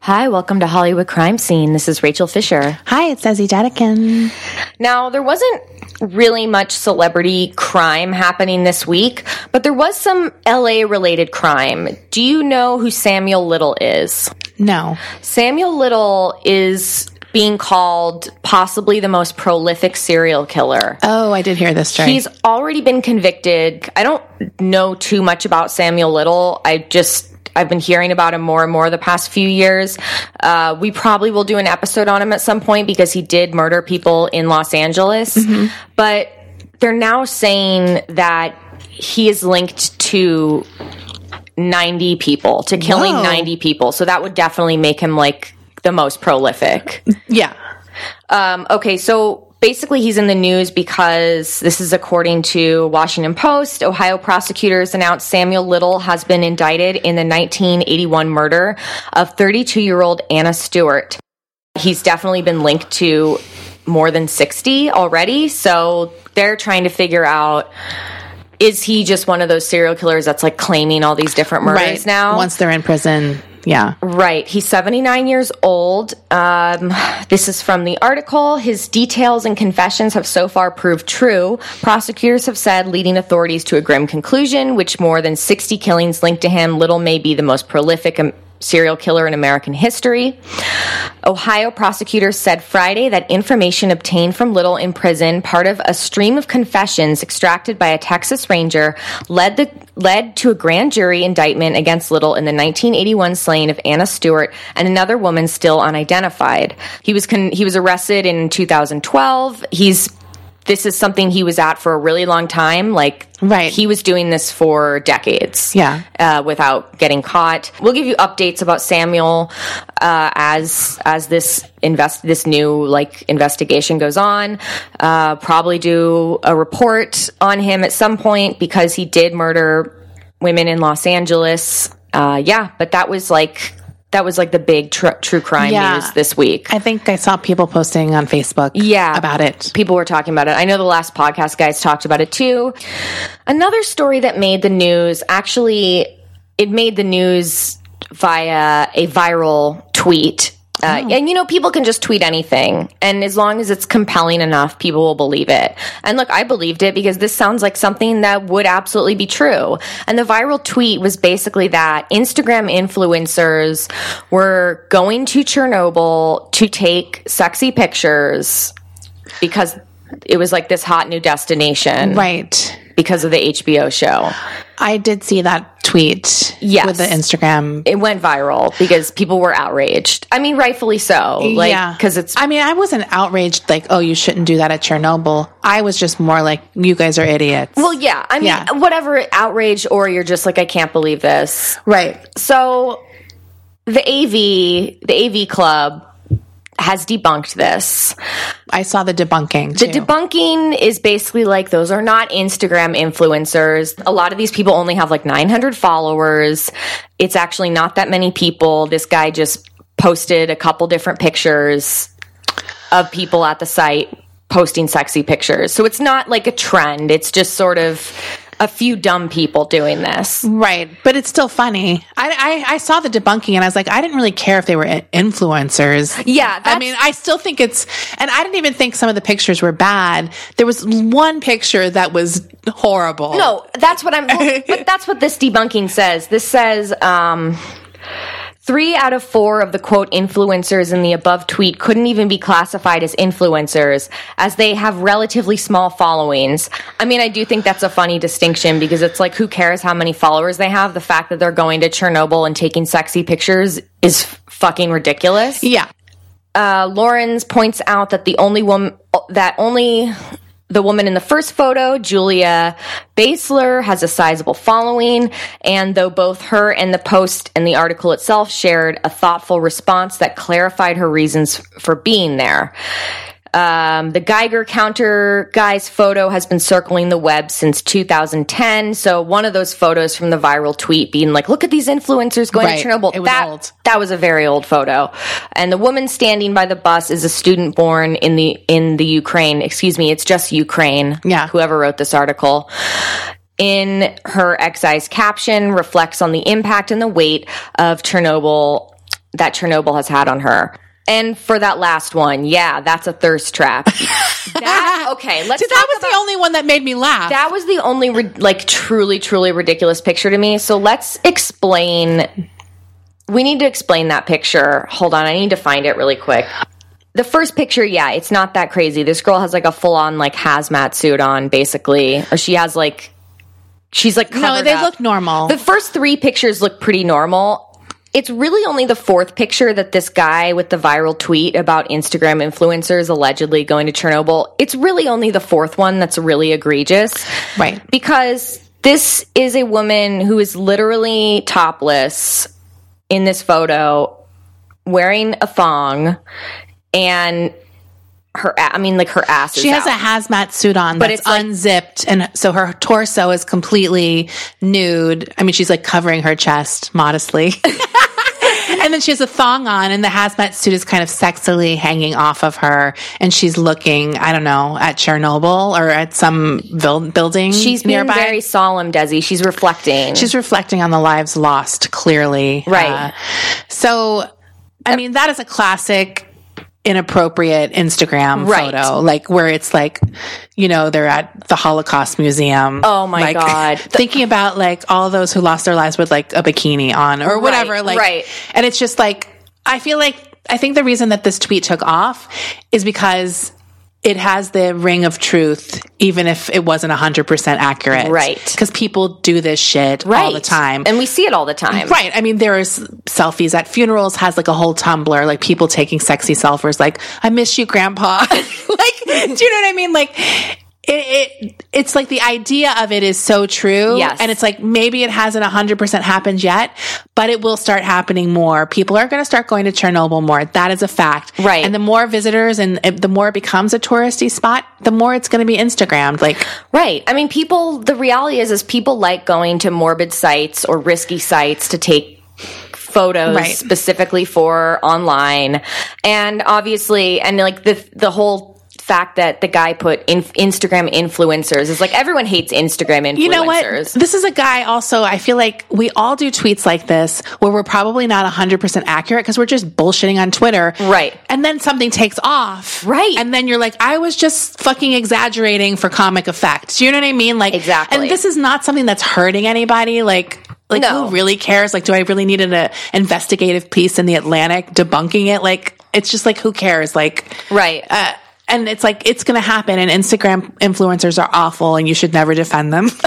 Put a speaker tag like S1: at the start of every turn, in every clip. S1: Hi, welcome to Hollywood Crime Scene. This is Rachel Fisher.
S2: Hi, it's Desi Dedekin.
S1: Now, there wasn't really much celebrity crime happening this week, but there was some LA related crime. Do you know who Samuel Little is?
S2: No.
S1: Samuel Little is being called possibly the most prolific serial killer.
S2: Oh, I did hear this story.
S1: He's already been convicted. I don't know too much about Samuel Little. I just. I've been hearing about him more and more the past few years. Uh, we probably will do an episode on him at some point because he did murder people in Los Angeles. But they're now saying that he is linked to 90 people, to killing
S2: Whoa.
S1: 90 people. So that would definitely make him like the most prolific.
S2: yeah.
S1: Um, okay, so basically he's in the news because this is according to Washington Post. Ohio prosecutors announced Samuel Little has been indicted in the 1981 murder of 32 year old Anna Stewart. He's definitely been linked to more than 60 already, so they're trying to figure out. Is he just one of those serial killers that's like claiming all these different murders now?
S2: Once they're in prison. Yeah.
S1: Right. He's 79 years old. Um, this is from the article. His details and confessions have so far proved true. Prosecutors have said, leading authorities to a grim conclusion, which more than 60 killings linked to him, Little may be the most prolific um, serial killer in American history. Ohio prosecutors said Friday that information obtained from Little in prison, part of a stream of confessions extracted by a Texas ranger, led the led to a grand jury indictment against Little in the 1981 slaying of Anna Stewart and another woman still unidentified. He was con- he was arrested in 2012. He's this is something he was at for a really long time. Like
S2: Right.
S1: he was doing this for decades
S2: Yeah.
S1: uh, without getting caught. We'll give you updates about Samuel uh, as as this invest this new like investigation goes on. Uh, probably do a report on him at some point because he did murder women in Los Angeles. Uh, yeah, but that was like that was like the big tr- true crime
S2: Yeah.
S1: news this week.
S2: I think I saw people posting on Facebook
S1: Yeah.
S2: about it.
S1: People were talking about it. I know the last podcast guys talked about it too. Another story that made the news actually, it made the news via a viral tweet. Uh, And you know, people can just tweet anything. And as long as it's compelling enough, people will believe it. And look, I believed it because this sounds like something that would absolutely be true. And the viral tweet was basically that Instagram influencers were going to Chernobyl to take sexy pictures because it was like this hot new destination
S2: Right.
S1: because of the HBO show.
S2: I did see that tweet
S1: Yes.
S2: with the Instagram.
S1: It went viral because people were outraged. I mean, rightfully so. Like, because it's
S2: I mean, I wasn't outraged like, oh, you shouldn't do that at Chernobyl. I was just more like, you guys are idiots.
S1: well, yeah. I mean,
S2: Yeah.
S1: whatever outrage, or you're just like, I can't believe this.
S2: right.
S1: So the AV, the AV Club has debunked this.
S2: I saw the debunking.
S1: The
S2: too.
S1: debunking is basically like those are not Instagram influencers. A lot of these people only have like 900 followers. It's actually not that many people. This guy just posted a couple different pictures of people at the site posting sexy pictures. So it's not like a trend. It's just sort of a few dumb people doing this.
S2: Right, but it's still funny. I, I I saw the debunking and I was like, I didn't really care if they were i- influencers.
S1: Yeah,
S2: I
S1: that's-
S2: mean, I still think it's, and I didn't even think some of the pictures were bad. There was one picture that was horrible.
S1: No, that's what I'm. well, but that's what this debunking says. This says. Um, Three out of four of the quote influencers in the above tweet couldn't even be classified as influencers as they have relatively small followings. I mean, I do think that's a funny distinction because it's like, who cares how many followers they have? The fact that they're going to Chernobyl and taking sexy pictures is fucking ridiculous.
S2: yeah,
S1: Uh, Lawrence points out that the only woman that only the woman in the first photo, Julia Basler, has a sizable following, and though both her and the post and the article itself shared a thoughtful response that clarified her reasons for being there. Um, the Geiger counter guy's photo has been circling the web since 2010. So one of those photos from the viral tweet being like, "Look at these influencers going
S2: Right.
S1: to Chernobyl."
S2: It was
S1: that
S2: old.
S1: that was a very old photo. And the woman standing by the bus is a student born in the in the Ukraine. Excuse me, it's just Ukraine.
S2: Yeah.
S1: Whoever wrote this article. In her excised caption reflects on the impact and the weight of Chernobyl that Chernobyl has had on her. And for that last one, yeah, that's a thirst trap. that, okay, let's
S2: See,
S1: talk
S2: that was
S1: about-
S2: the only one that made me laugh.
S1: that was the only ri- like truly truly ridiculous picture to me so let's explain we need to explain that picture hold on i need to find it really quick the first picture yeah it's not that crazy this girl has like a full on like hazmat suit on basically or she has like she's like
S2: no,
S1: covered
S2: they
S1: up.
S2: look normal.
S1: the first 3 pictures look pretty normal it's really only the fourth picture that this guy with the viral tweet about Instagram influencers allegedly going to Chernobyl. It's really only the fourth one that's really egregious
S2: right.
S1: because this is a woman who is literally topless in this photo wearing a thong and her a- i mean like her ass
S2: She has
S1: out.
S2: a hazmat suit on, but
S1: it's
S2: it's
S1: like-
S2: unzipped, and so her torso is completely nude. I mean, she's like covering her chest modestly, and then she has a thong on, and the hazmat suit is kind of sexily hanging off of her, and she's looking, I don't know, at Chernobyl or at some vil- building.
S1: she's being
S2: nearby.
S1: very solemn desi she's reflecting
S2: she's reflecting on the lives lost. Clearly, Uh,
S1: Right.
S2: so, I mean, that is a classic inappropriate Instagram
S1: Right.
S2: photo, like where it's like, you know, they're at the Holocaust Museum.
S1: Oh my
S2: like,
S1: God.
S2: Thinking about like all those who lost their lives with like a bikini on or whatever. like,
S1: right.
S2: and it's just like, I feel like, I think the reason that this tweet took off is because it has the ring of truth, even if it wasn't 100% accurate.
S1: Right.
S2: Because people do this shit all the time.
S1: and we see it all the time
S2: Right. I mean, there's selfies at funerals, has like a whole Tumblr, like people taking sexy selfies, like, I miss you, grandpa. like, do you know what I mean? Like, it, it it's like the idea of it is so true
S1: Yes.
S2: and it's like maybe it hasn't 100% happened yet but it will start happening more people are going to start going to chernobyl more that is a fact
S1: Right.
S2: and the more visitors and uh, the more it becomes a touristy spot the more it's going to be instagrammed like
S1: Right. I mean, people, the reality is, is people like going to morbid sites or risky sites to take photos
S2: Right.
S1: specifically for online. And obviously, and like the, the whole fact that the guy put in, Instagram influencers is like everyone hates Instagram influencers.
S2: You know what? This is a guy also, I feel like we all do tweets like this where we're probably not 100% accurate because we're just bullshitting on Twitter.
S1: Right.
S2: And then something takes off.
S1: Right.
S2: And then you're like, I was just fucking exaggerating for comic effect. Do you know what I mean? Like,
S1: Exactly.
S2: And this is not something that's hurting anybody. Like, like
S1: No.
S2: who really cares? Like, do I really need an uh, investigative piece in the Atlantic debunking it? Like, it's just like, who cares? Like,
S1: Right.
S2: Uh, and it's like it's going to happen, and Instagram influencers are awful, and you should never defend them.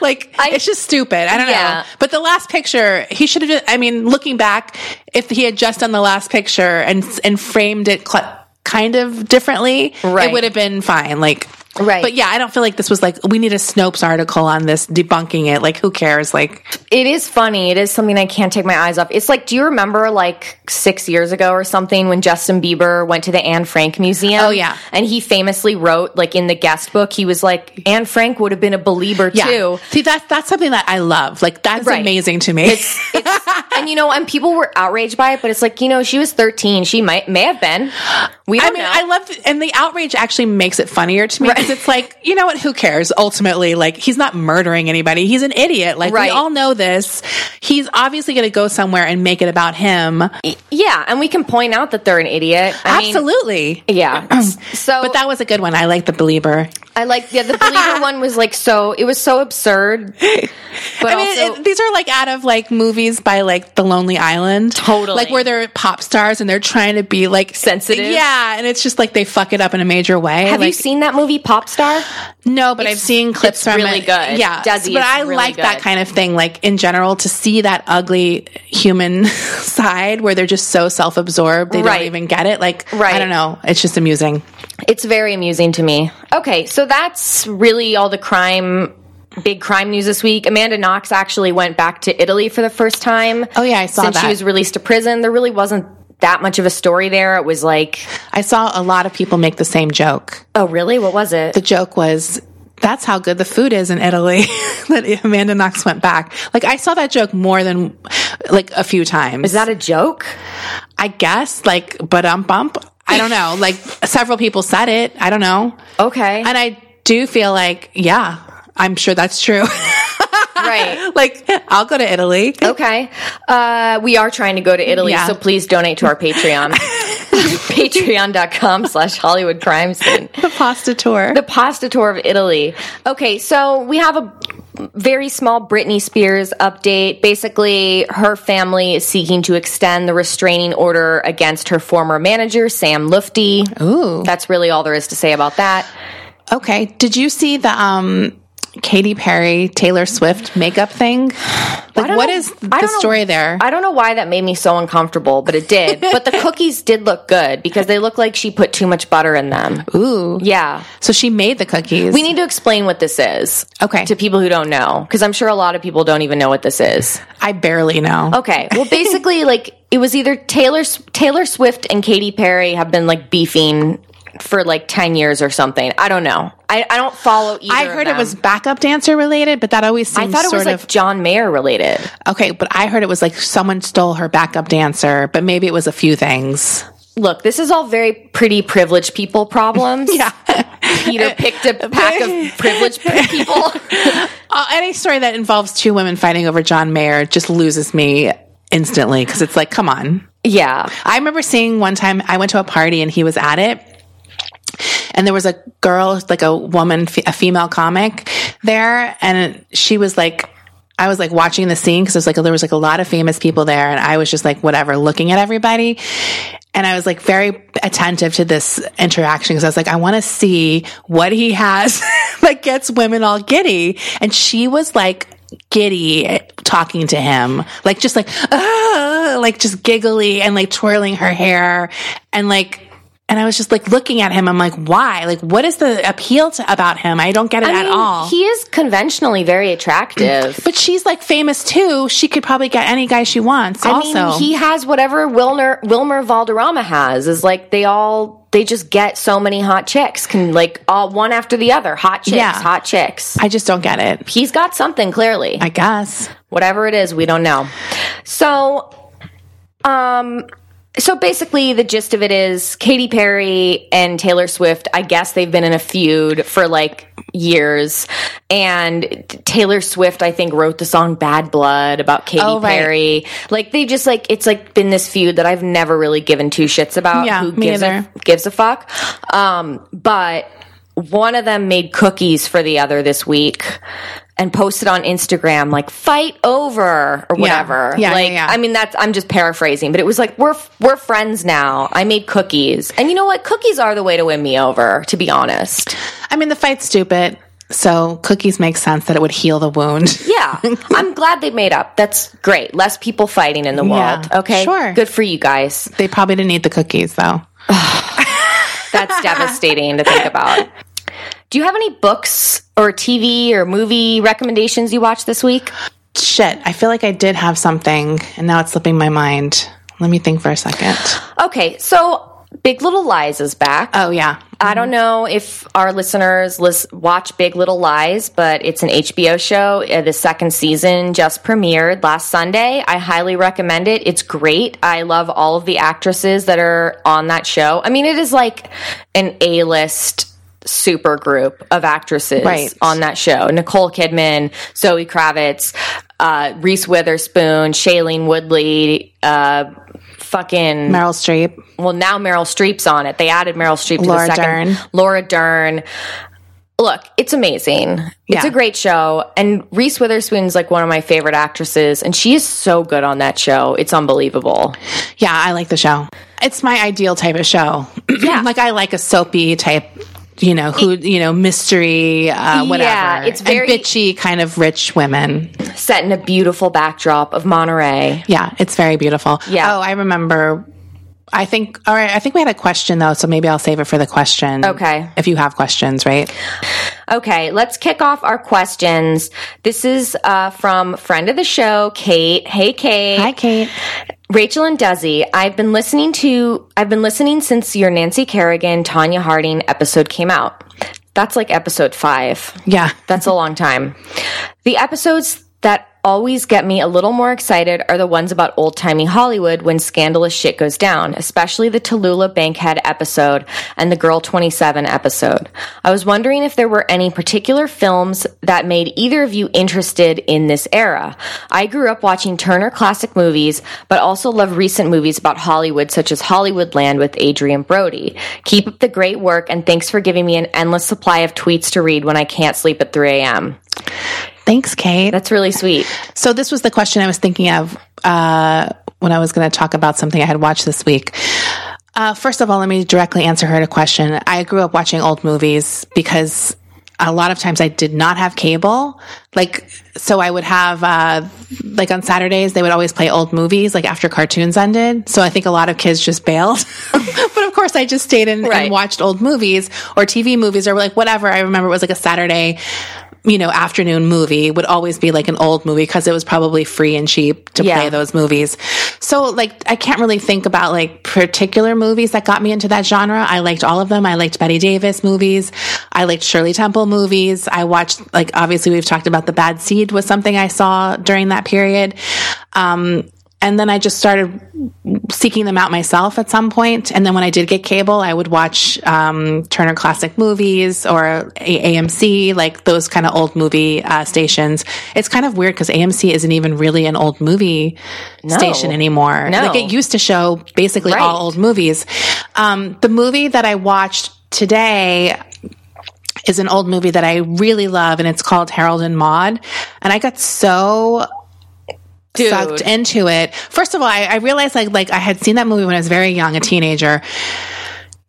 S2: like it's just stupid. I don't
S1: Yeah.
S2: know. But the last picture, he should have. I mean, looking back, if he had just done the last picture and and framed it cl- kind of differently,
S1: Right.
S2: it would have been fine. Like.
S1: Right.
S2: But yeah, I don't feel like this was like we need a Snopes article on this debunking it. Like who cares? Like
S1: It is funny. It is something I can't take my eyes off. It's like, do you remember like six years ago or something when Justin Bieber went to the Anne Frank Museum?
S2: Oh, yeah.
S1: And he famously wrote, like in the guest book, he was like, Anne Frank would have been a believer
S2: yeah.
S1: too.
S2: See that's that's something that I love. Like that's
S1: Right.
S2: amazing to me.
S1: It's, it's, and you know, and people were outraged by it, but it's like, you know, she was 13. She might, may have been. We don't
S2: I mean,
S1: know.
S2: I love, and the outrage actually makes it funnier to me because
S1: Right.
S2: it's like, you know what? Who cares? Ultimately, like he's not murdering anybody. He's an idiot. Like
S1: Right.
S2: we all know this. He's obviously going to go somewhere and make it about him.
S1: yeah. And we can point out that they're an idiot. I mean,
S2: Absolutely.
S1: yeah. So,
S2: but that was a good one. I like the believer.
S1: I like, yeah, the believer one was like so, it was so absurd. But
S2: I mean,
S1: also,
S2: it, these are like out of like movies by like The Lonely Island.
S1: Totally.
S2: Like where they're pop stars and they're trying to be like
S1: Sensitive.
S2: Yeah. And it's just like they fuck it up in a major way.
S1: have you
S2: Like,
S1: seen that movie, Pop Star?
S2: No, but I've seen clips
S1: it's
S2: from
S1: really
S2: it.
S1: good.
S2: Yeah,
S1: Desi,
S2: but
S1: it's
S2: I
S1: really
S2: like that
S1: good.
S2: kind of thing. Like in general, to see that ugly human side where they're just so self-absorbed, they
S1: Right.
S2: don't even get it. Like
S1: Right.
S2: I don't know, it's just amusing.
S1: It's very amusing to me. Okay, so that's really all the crime, big crime news this week. Amanda Knox actually went back to Italy for the first time.
S2: Oh, yeah, I saw
S1: since she
S2: that.
S1: was released to prison. There really wasn't that much of a story there. It was like,
S2: I saw a lot of people make the same joke.
S1: oh really? What was it?
S2: The joke was. That's how good the food is in Italy that Amanda Knox went back. Like I saw that joke more than like a few times.
S1: Is that a joke?
S2: I guess like but um bump. I don't know. Like several people said it. I don't know.
S1: Okay.
S2: And I do feel like, yeah, I'm sure that's true.
S1: right.
S2: like, I'll go to Italy.
S1: Okay. Uh, we are trying to go to Italy,
S2: Yeah.
S1: so please donate to our Patreon. Patreon.com slash Hollywood Crime Scene.
S2: The pasta tour.
S1: The pasta tour of Italy. Okay, so we have a very small Britney Spears update. Basically, her family is seeking to extend the restraining order against her former manager, Sam Lufty.
S2: Ooh.
S1: That's really all there is to say about that.
S2: Okay. Did you see the um Katy Perry Taylor Swift makeup thing? Like,
S1: don't
S2: what
S1: know-
S2: is
S1: I
S2: the
S1: don't know-
S2: story there?
S1: I don't know why that made me so uncomfortable, but it did. but the cookies did look good because they look like she put too much butter in them.
S2: Ooh.
S1: Yeah.
S2: So she made the cookies.
S1: We need to explain what this is
S2: okay.
S1: to people who don't know because I'm sure a lot of people don't even know what this is.
S2: I barely know.
S1: Okay. Well, basically, like it was either Taylor Taylor Swift and Katy Perry have been like beefing for like ten years or something. I don't know. I, I don't follow either.
S2: I
S1: of
S2: heard it
S1: them.
S2: was backup dancer related, but that always
S1: I
S2: seems
S1: thought it
S2: sort
S1: was like
S2: of
S1: John Mayer related.
S2: okay. But I heard it was like someone stole her backup dancer, but maybe it was a few things.
S1: Look, this is all very pretty privileged people problems. yeah. Peter picked a pack of privileged people.
S2: Uh, any story that involves two women fighting over John Mayer just loses me instantly because it's like, come on.
S1: yeah.
S2: I remember seeing one time I went to a party and he was at it. And there was a girl, like a woman, fe- a female comic there. And she was like, I was like watching the scene because it was like, there was like a lot of famous people there. And I was just like, whatever, looking at everybody. And I was like very attentive to this interaction because I was like, I want to see what he has that gets women all giddy. And she was like, giddy talking to him like just like "Ah," like just giggly and like twirling her hair and like and I was just like looking at him. I'm like, why? Like, what is the appeal to, about him? I don't get it
S1: I
S2: at
S1: mean,
S2: all.
S1: He is conventionally very attractive.
S2: but she's like famous too. She could probably get any guy she wants.
S1: I
S2: also,
S1: mean, he has whatever Wilner, Wilmer Valderrama has. Is like they all they just get so many hot chicks, can like all one after the other, hot chicks,
S2: Yeah.
S1: hot chicks.
S2: I just don't get it.
S1: He's got something clearly.
S2: I guess.
S1: whatever it is we don't know so um so basically the gist of it is Katy Perry and Taylor Swift I guess they've been in a feud for like years and Taylor Swift I think wrote the song Bad Blood about Katy
S2: Oh, right.
S1: Perry like they just like it's like been this feud that I've never really given two shits about
S2: Yeah,
S1: who
S2: me
S1: gives
S2: either.
S1: a gives a fuck um but one of them made cookies for the other this week and posted on Instagram like fight over or whatever.
S2: Yeah, yeah,
S1: like
S2: yeah.
S1: I mean that's I'm just paraphrasing, but it was like we're we're friends now. I made cookies. And you know what? Cookies are the way to win me over, to be honest.
S2: I mean, the fight's stupid. So cookies make sense that it would heal the wound.
S1: Yeah. I'm glad they made up. That's great. Less people fighting in the
S2: Yeah,
S1: world. Okay.
S2: sure.
S1: Good for you guys.
S2: they probably didn't eat the cookies though.
S1: That's devastating to think about. Do you have any books or TV or movie recommendations you watched this week?
S2: Shit, I feel like I did have something, and now it's slipping my mind. Let me think for a second.
S1: Okay, so Big Little Lies is back.
S2: Oh yeah,
S1: I don't know if our listeners lis- watch Big Little Lies, but it's an HBO show. Uh, The second season just premiered last Sunday. I highly recommend it. It's great. I love all of the actresses that are on that show. I mean, it is like an A list super group of actresses
S2: Right.
S1: on that show Nicole Kidman, Zoe Kravitz, uh, Reese Witherspoon, Shailene Woodley, uh, fucking
S2: Meryl Streep.
S1: well now Meryl Streep's on it. They added Meryl Streep to
S2: Laura
S1: the second
S2: Dern.
S1: Laura Dern. Look, it's amazing. It's
S2: Yeah.
S1: a great show. And Reese Witherspoon's like one of my favorite actresses, and she is so good on that show. It's unbelievable.
S2: Yeah, I like the show. It's my ideal type of show. Yeah, like I like a soapy type. You know who? You know mystery, uh, whatever.
S1: Yeah, it's
S2: And
S1: very-
S2: bitchy, kind of rich women.
S1: Set in a beautiful backdrop of Monterey.
S2: Yeah, it's very beautiful.
S1: Yeah.
S2: Oh, I remember. I think. All right. I think we had a question though, so maybe I'll save it for the question.
S1: Okay.
S2: If you have questions, right?
S1: Okay, let's kick off our questions. This is uh, from friend of the show, Kate. Hey, Kate.
S2: Hi, Kate.
S1: Rachel and Desi, I've been listening to I've been listening since your Nancy Kerrigan, Tanya Harding episode came out. That's like episode 5.
S2: Yeah.
S1: That's a long time. The episodes that always get me a little more excited are the ones about old timey Hollywood when scandalous shit goes down, especially the Tallulah Bankhead episode and the Girl 27 episode. I was wondering if there were any particular films that made either of you interested in this era. I grew up watching Turner classic movies, but also love recent movies about Hollywood, such as Hollywoodland with Adrian Brody. Keep up the great work and thanks for giving me an endless supply of tweets to read when I can't sleep at 3 a.m.
S2: Thanks, Kate.
S1: That's really sweet.
S2: So this was the question I was thinking of uh, when I was going to talk about something I had watched this week. Uh, first of all, let me directly answer her question. I grew up watching old movies because a lot of times I did not have cable. Like, so I would have, uh, like on Saturdays, they would always play old movies, like after cartoons ended. So I think a lot of kids just bailed. but of course, I just stayed in
S1: Right.
S2: and watched old movies or TV movies or like whatever. I remember it was like a Saturday, you know, afternoon movie would always be like an old movie because it was probably free and cheap to
S1: Yeah.
S2: play those movies. So like I can't really think about like particular movies that got me into that genre. I liked all of them. I liked Betty Davis movies. I liked Shirley Temple movies. I watched like obviously we've talked about The Bad Seed was something I saw during that period. Um and then I just started seeking them out myself at some point. And then when I did get cable, I would watch um, Turner Classic Movies or A- AMC, like those kind of old movie uh, stations. It's kind of weird because AMC isn't even really an old movie station anymore.
S1: No.
S2: Like it used to show basically
S1: Right.
S2: all old movies. Um, the movie that I watched today is an old movie that I really love, and it's called Harold and Maude. And I got so
S1: Dude.
S2: sucked into it. First of all, I, I realized like like I had seen that movie when I was very young, a teenager.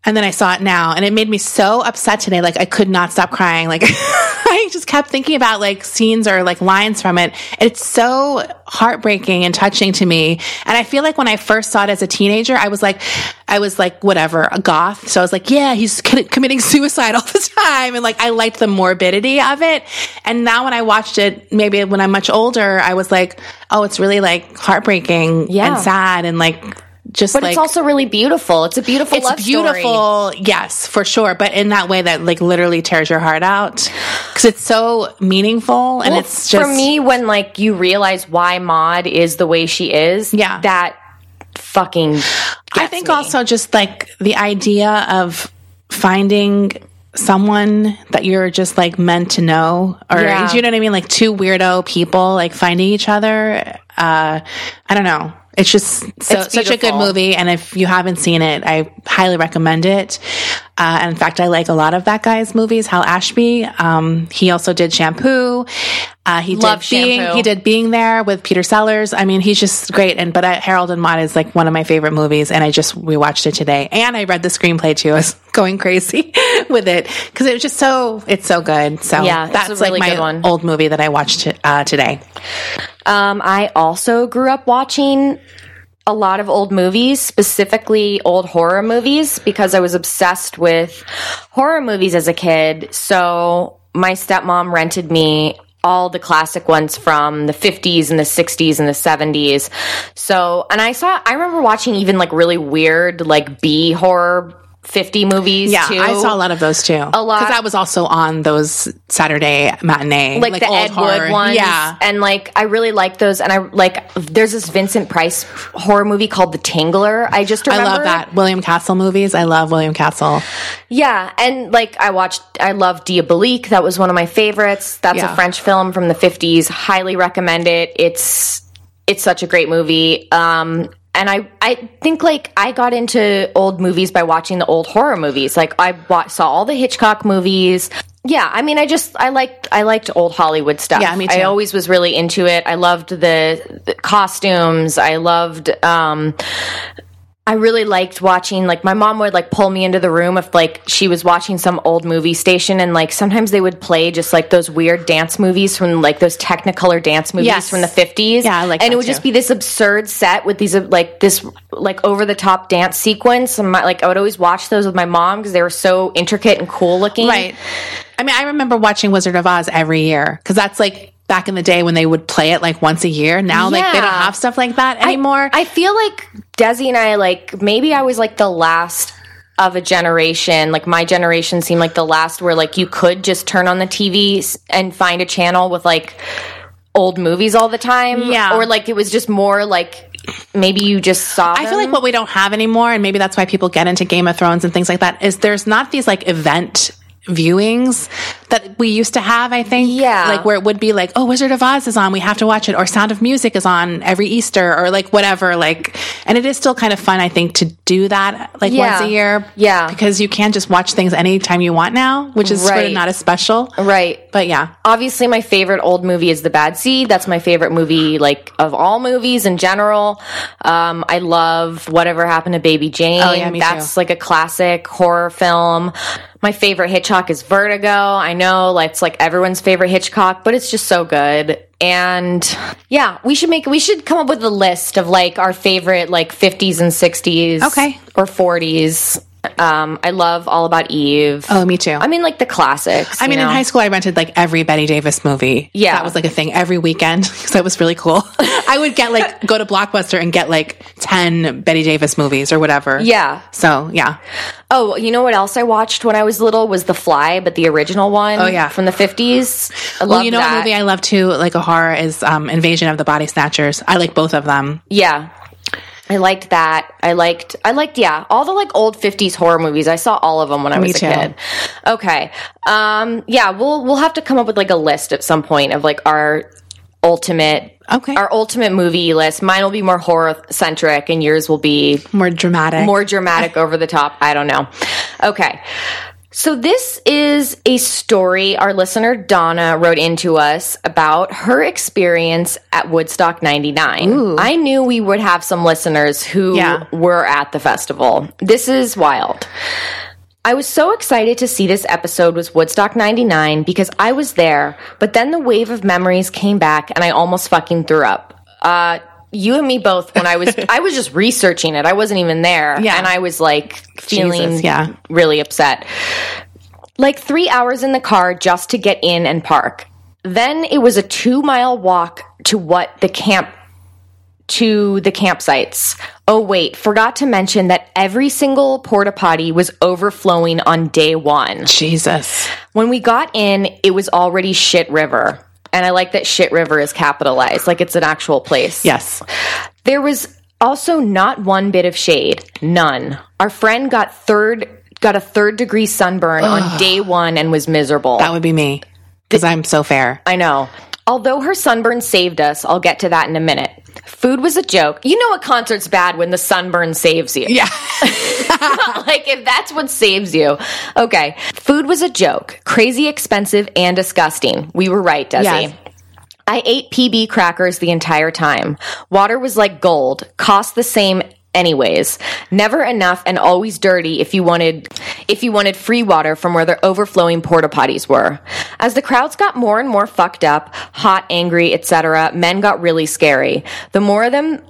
S2: And then I saw it now, and it made me so upset today. Like I could not stop crying. Like I just kept thinking about like scenes or like lines from it. It's so heartbreaking and touching to me. And I feel like when I first saw it as a teenager, I was like, I was like whatever a goth. So I was like, yeah, he's c- committing suicide all the time, and like I liked the morbidity of it. And now when I watched it, maybe when I'm much older, I was like, oh, it's really like heartbreaking
S1: Yeah.
S2: and sad, and like just
S1: But
S2: like
S1: it's also really beautiful. It's a beautiful love
S2: it's beautiful yes for sure but in that way that like literally tears your heart out because it's so meaningful and
S1: Well,
S2: it's just
S1: for me when like you realize why Maud is the way she is.
S2: Yeah.
S1: that fucking.
S2: i
S1: gets
S2: think
S1: me.
S2: also just like the idea of finding someone that you're just like meant to know or
S1: Yeah.
S2: do you know what i mean like two weirdo people like finding each other uh i don't know it's just so
S1: It's
S2: such a good
S1: beautiful.
S2: movie and if you haven't seen it i highly recommend it uh, and in fact i like a lot of that guy's movies hal ashby um, he also did shampoo uh, he
S1: Love
S2: did being,
S1: Shampoo.
S2: he did being there with peter sellers i mean he's just great and but uh, harold and maude is like one of my favorite movies and i just we watched it today and i read the screenplay too i was going crazy with it because it was just so it's so good so
S1: Yeah, it's a
S2: that's
S1: really
S2: like my
S1: good one.
S2: old movie that i watched uh, today
S1: Um, I also grew up watching a lot of old movies, specifically old horror movies, because I was obsessed with horror movies as a kid. So my stepmom rented me all the classic ones from the 50s and the 60s and the 70s. So, and I saw, I remember watching even like really weird, like B horror 50 movies
S2: yeah
S1: too.
S2: i saw a lot of those too a
S1: lot-
S2: because i was also on those saturday matinee
S1: like, the
S2: old
S1: Ed
S2: horror.
S1: Wood ones.
S2: yeah
S1: And like I really like those. And I like there's this Vincent Price horror movie called The Tangler. I just
S2: I
S1: remember
S2: love that William Castle movies. I love William Castle.
S1: Yeah, and like I watched, I love Diabolique. That was one of my favorites. That's
S2: Yeah.
S1: a French film from the fifties. Highly recommend it. It's it's such a great movie. Um, and I I think like I got into old movies by watching the old horror movies. Like I wa- saw all the Hitchcock movies. Yeah, I mean, I just I liked I liked old Hollywood stuff.
S2: Yeah, me
S1: I
S2: too.
S1: always was really into it. I loved the, the costumes. I loved um, I really liked watching like my mom would like pull me into the room if like she was watching some old movie station and like sometimes they would play just like those weird dance movies from like those Technicolor dance movies
S2: Yes.
S1: from the 50s.
S2: Yeah, I like
S1: And
S2: that
S1: it would just
S2: too.
S1: be this absurd set with these uh, like this like over the top dance sequence and my, like I would always watch those with my mom cuz they were so intricate and cool looking.
S2: Right. I mean, I remember watching Wizard of Oz every year because that's like back in the day when they would play it like once a year. Now, like, they don't
S1: Yeah.
S2: have stuff like that anymore.
S1: I feel like Desi and I like maybe I was like the last of a generation. Like my generation seemed like the last where like you could just turn on the TV s- and find a channel with like old movies all the time.
S2: Yeah.
S1: Or like it was just more like maybe you just saw.
S2: I feel like
S1: them.
S2: what we don't have anymore, and maybe that's why people get into Game of Thrones and things like that, is there's not these like event viewings that we used to have, I think.
S1: Yeah.
S2: Like where it would be like, oh, Wizard of Oz is on, we have to watch it, or Sound of Music is on every Easter, or like whatever. Like, and it is still kind of fun, I think, to do that like
S1: Yeah.
S2: once a year.
S1: Yeah.
S2: Because you can just watch things anytime you want now, which is sort
S1: Right.
S2: of not as special.
S1: Right.
S2: But yeah.
S1: obviously my favorite old movie is The Bad Seed. That's my favorite movie, like of all movies in general. Um, I love Whatever Happened to Baby Jane.
S2: Oh, yeah, me
S1: That's like a classic horror film. My favorite Hitchcock is Vertigo. I know like, it's like everyone's favorite Hitchcock, but it's just so good. And yeah, we should make we should come up with a list of like our favorite like 50s and 60s
S2: Okay.
S1: or 40s. Um, I love All About Eve.
S2: Oh, me too.
S1: I mean like the classics.
S2: I mean, in high school, I rented like every Betty Davis movie.
S1: Yeah.
S2: That was like a thing every weekend. So it was really cool. I would get like, go to Blockbuster and get like 10 Betty Davis movies or whatever.
S1: Yeah.
S2: So yeah.
S1: Oh, you know what else I watched when I was little was The Fly, but the original one.
S2: Oh, yeah.
S1: from the fifties. I love
S2: Well, you know,
S1: that.
S2: a movie I love too, like a horror, is um, Invasion of the Body Snatchers. I like both of them.
S1: yeah, I liked that. I liked. I liked. Yeah, all the like old fifties horror movies. I saw all of them when I was
S2: too.
S1: a kid. Okay. Um. Yeah. We'll we'll have to come up with like a list at some point of like our ultimate.
S2: Okay.
S1: Our ultimate movie list. Mine will be more horror centric, and yours will be
S2: More dramatic.
S1: more dramatic over the top. I don't know. Okay. So this is a story our listener Donna wrote into us about her experience at Woodstock 99. I knew we would have some listeners who
S2: Yeah.
S1: were at the festival. This is wild. I was so excited to see this episode was Woodstock 99 because I was there, but then the wave of memories came back and I almost fucking threw up. Uh, you and me both when I was I was just researching it. I wasn't even there.
S2: Yeah.
S1: And I was like feeling
S2: Jesus, yeah.
S1: really upset. Like three hours in the car just to get in and park. Then it was a two mile walk to what the camp to the campsites. Oh, wait, forgot to mention that every single porta potty was overflowing on day one.
S2: Jesus.
S1: When we got in, it was already Shit River. And I like that Shit River is capitalized, like it's an actual place.
S2: Yes.
S1: There was also not one bit of shade, none. Our friend got third. Got a third degree sunburn on day one and was miserable.
S2: That would be me. Because I'm so fair.
S1: I know. Although her sunburn saved us, I'll get to that in a minute. Food was a joke. You know a concert's bad when the sunburn saves you.
S2: Yeah.
S1: like if that's what saves you. Okay. Food was a joke. Crazy expensive and disgusting. We were right, Desi.
S2: Yes.
S1: I ate PB crackers the entire time. Water was like gold, cost the same anyways. Never enough and always dirty if you wanted if you wanted free water from where the overflowing porta potties were. As the crowds got more and more fucked up, hot, angry, etc., men got really scary. The more of them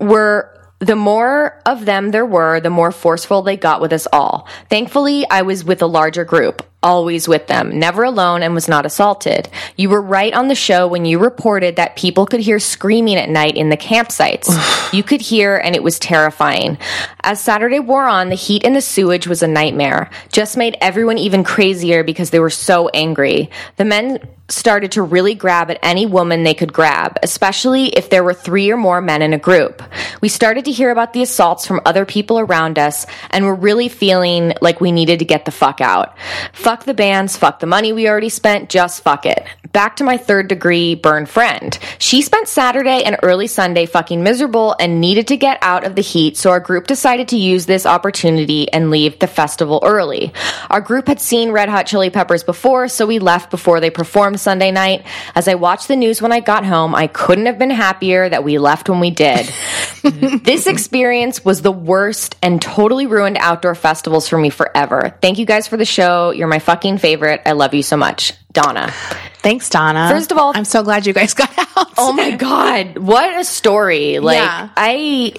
S1: were the more of them there were, the more forceful they got with us all. Thankfully, I was with a larger group, always with them, never alone, and was not assaulted. You were right on the show when you reported that people could hear screaming at night in the campsites. you could hear, and it was terrifying. As Saturday wore on, the heat and the sewage was a nightmare. Just made everyone even crazier because they were so angry. The men started to really grab at any woman they could grab, especially if there were three or more men in a group. We started to hear about the assaults from other people around us and were really feeling like we needed to get the fuck out. Fuck the bands, fuck the money we already spent, just fuck it. Back to my third degree burn friend. She spent Saturday and early Sunday fucking miserable and needed to get out of the heat, so our group decided to use this opportunity and leave the festival early. Our group had seen Red Hot Chili Peppers before, so we left before they performed Sunday night. As I watched the news when I got home, I couldn't have been happier that we left when we did. this experience was the worst and totally ruined outdoor festivals for me forever. Thank you guys for the show. You're my fucking favorite. I love you so much. Donna.
S2: Thanks, Donna.
S1: First of all-
S2: I'm so glad you guys got out.
S1: Oh my god, what a story. Like
S2: Yeah.
S1: I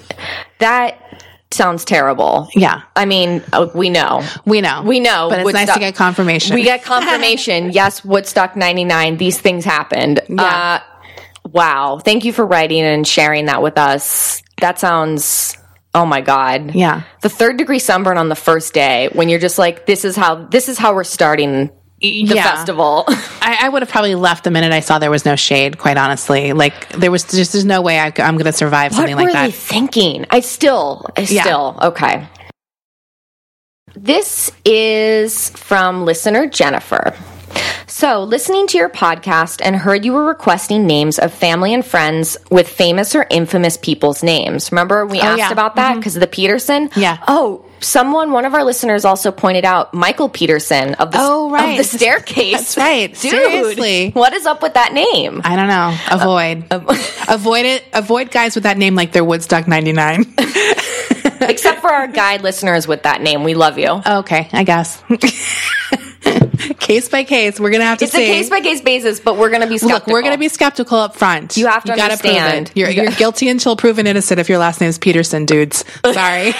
S1: that sounds terrible.
S2: Yeah.
S1: I mean, uh, we know.
S2: We know.
S1: We know.
S2: But it's nice
S1: Woodstock-
S2: to get confirmation.
S1: We got confirmation. yes, Woodstock 99, these things happened.
S2: Yeah.
S1: Uh, wow. Thank you for writing and sharing that with us. That sounds, oh my God.
S2: Yeah.
S1: The third degree sunburn on the first day when you're just like, this is how, this is how we're starting the
S2: Yeah.
S1: festival.
S2: I, I would have probably left the minute I saw there was no shade. Quite honestly, like there was just there's no way I, am going to survive
S1: What
S2: something
S1: were
S2: like that.
S1: they thinking? I still, I
S2: Yeah.
S1: still, okay. This is from listener Jennifer. So, listening to your podcast and heard you were requesting names of family and friends with famous or infamous people's names. Remember we asked
S2: Oh, yeah. Mm-hmm.
S1: about that because of the Peterson?
S2: Yeah.
S1: Oh, someone, one of our listeners also pointed out Michael Peterson of the,
S2: Oh, right.
S1: of the staircase.
S2: That's right.
S1: Dude,
S2: Seriously.
S1: what is up with that name?
S2: I don't know. Avoid.
S1: Uh,
S2: avoid it. Avoid guys with that name like they're Woodstock 99.
S1: Except for our guy listeners with that name. We love you.
S2: okay, I guess. case by case, we're going to have to
S1: It's
S2: see.
S1: a case by case basis, but we're going to be
S2: Look,
S1: skeptical.
S2: we're going to be skeptical up front.
S1: You have to
S2: gotta
S1: understand.
S2: Prove it. You're, you're guilty until proven innocent if your last name's Peterson, dudes. Sorry.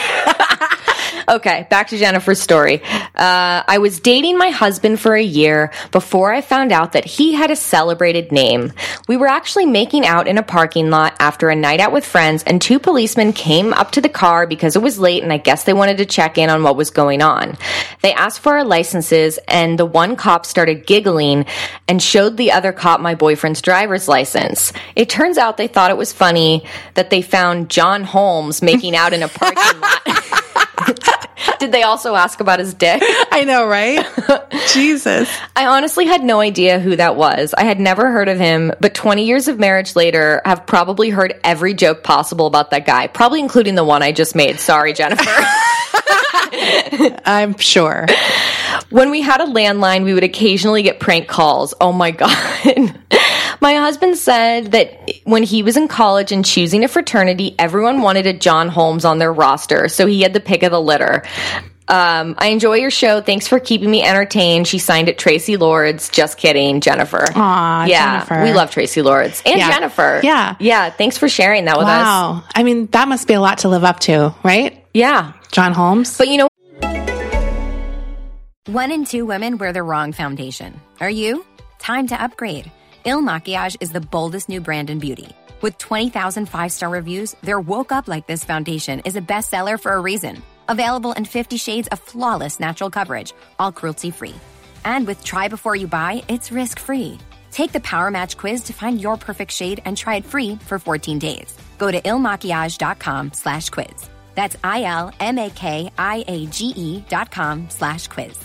S1: okay. Back to Jennifer's story. Uh, I was dating my husband for a year before I found out that he had a celebrated name. We were actually making out in a parking lot after a night out with friends, and two policemen came up to the car because it was late, and I guess they wanted to check in on what was going on. They asked for our licenses, and the one cop started giggling and showed the other cop my boyfriend's driver's license. It turns out they thought it was funny that they found John Holmes making out in a parking lot. Did they also ask about his dick?
S2: I know, right? Jesus.
S1: I honestly had no idea who that was. I had never heard of him, but 20 years of marriage later, I've probably heard every joke possible about that guy, probably including the one I just made. Sorry, Jennifer.
S2: I'm sure.
S1: When we had a landline, we would occasionally get prank calls. Oh my God. my husband said that when he was in college and choosing a fraternity, everyone wanted a John Holmes on their roster, so he had the pick of the litter. Um, I enjoy your show. Thanks for keeping me entertained. She signed it Tracy Lords. Just kidding, Jennifer.
S2: Aw,
S1: yeah,
S2: Jennifer.
S1: we love Tracy Lords and
S2: Yeah.
S1: Jennifer.
S2: Yeah.
S1: yeah. Thanks for sharing that with us.
S2: Wow. I mean, that must be a lot to live up to, right?
S1: Yeah,
S2: John Holmes?
S1: but you know
S3: One in two women wear the wrong foundation. Are you? Time to upgrade. Il Makiage is the boldest new brand in beauty. With 20,000 five star reviews, their Woke Up Like This foundation is a bestseller for a reason. Available in 50 shades of flawless natural coverage, all cruelty free. And with Try Before You Buy, it's risk free. Take the Power Match quiz to find your perfect shade and try it free for 14 days. Go to ilmakiage.com slash quiz. That's I L M A K I A G E dot com slash quiz.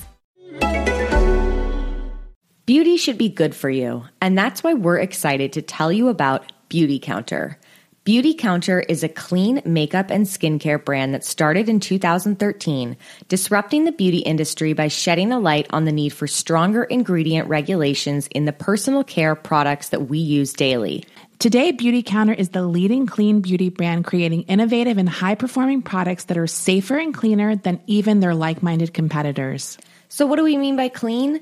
S1: Beauty should be good for you, and that's why we're excited to tell you about Beauty Counter. Beauty Counter is a clean makeup and skincare brand that started in 2013, disrupting the beauty industry by shedding a light on the need for stronger ingredient regulations in the personal care products that we use daily.
S2: Today, Beauty Counter is the leading clean beauty brand creating innovative and high performing products that are safer and cleaner than even their like minded competitors.
S1: So, what do we mean by clean?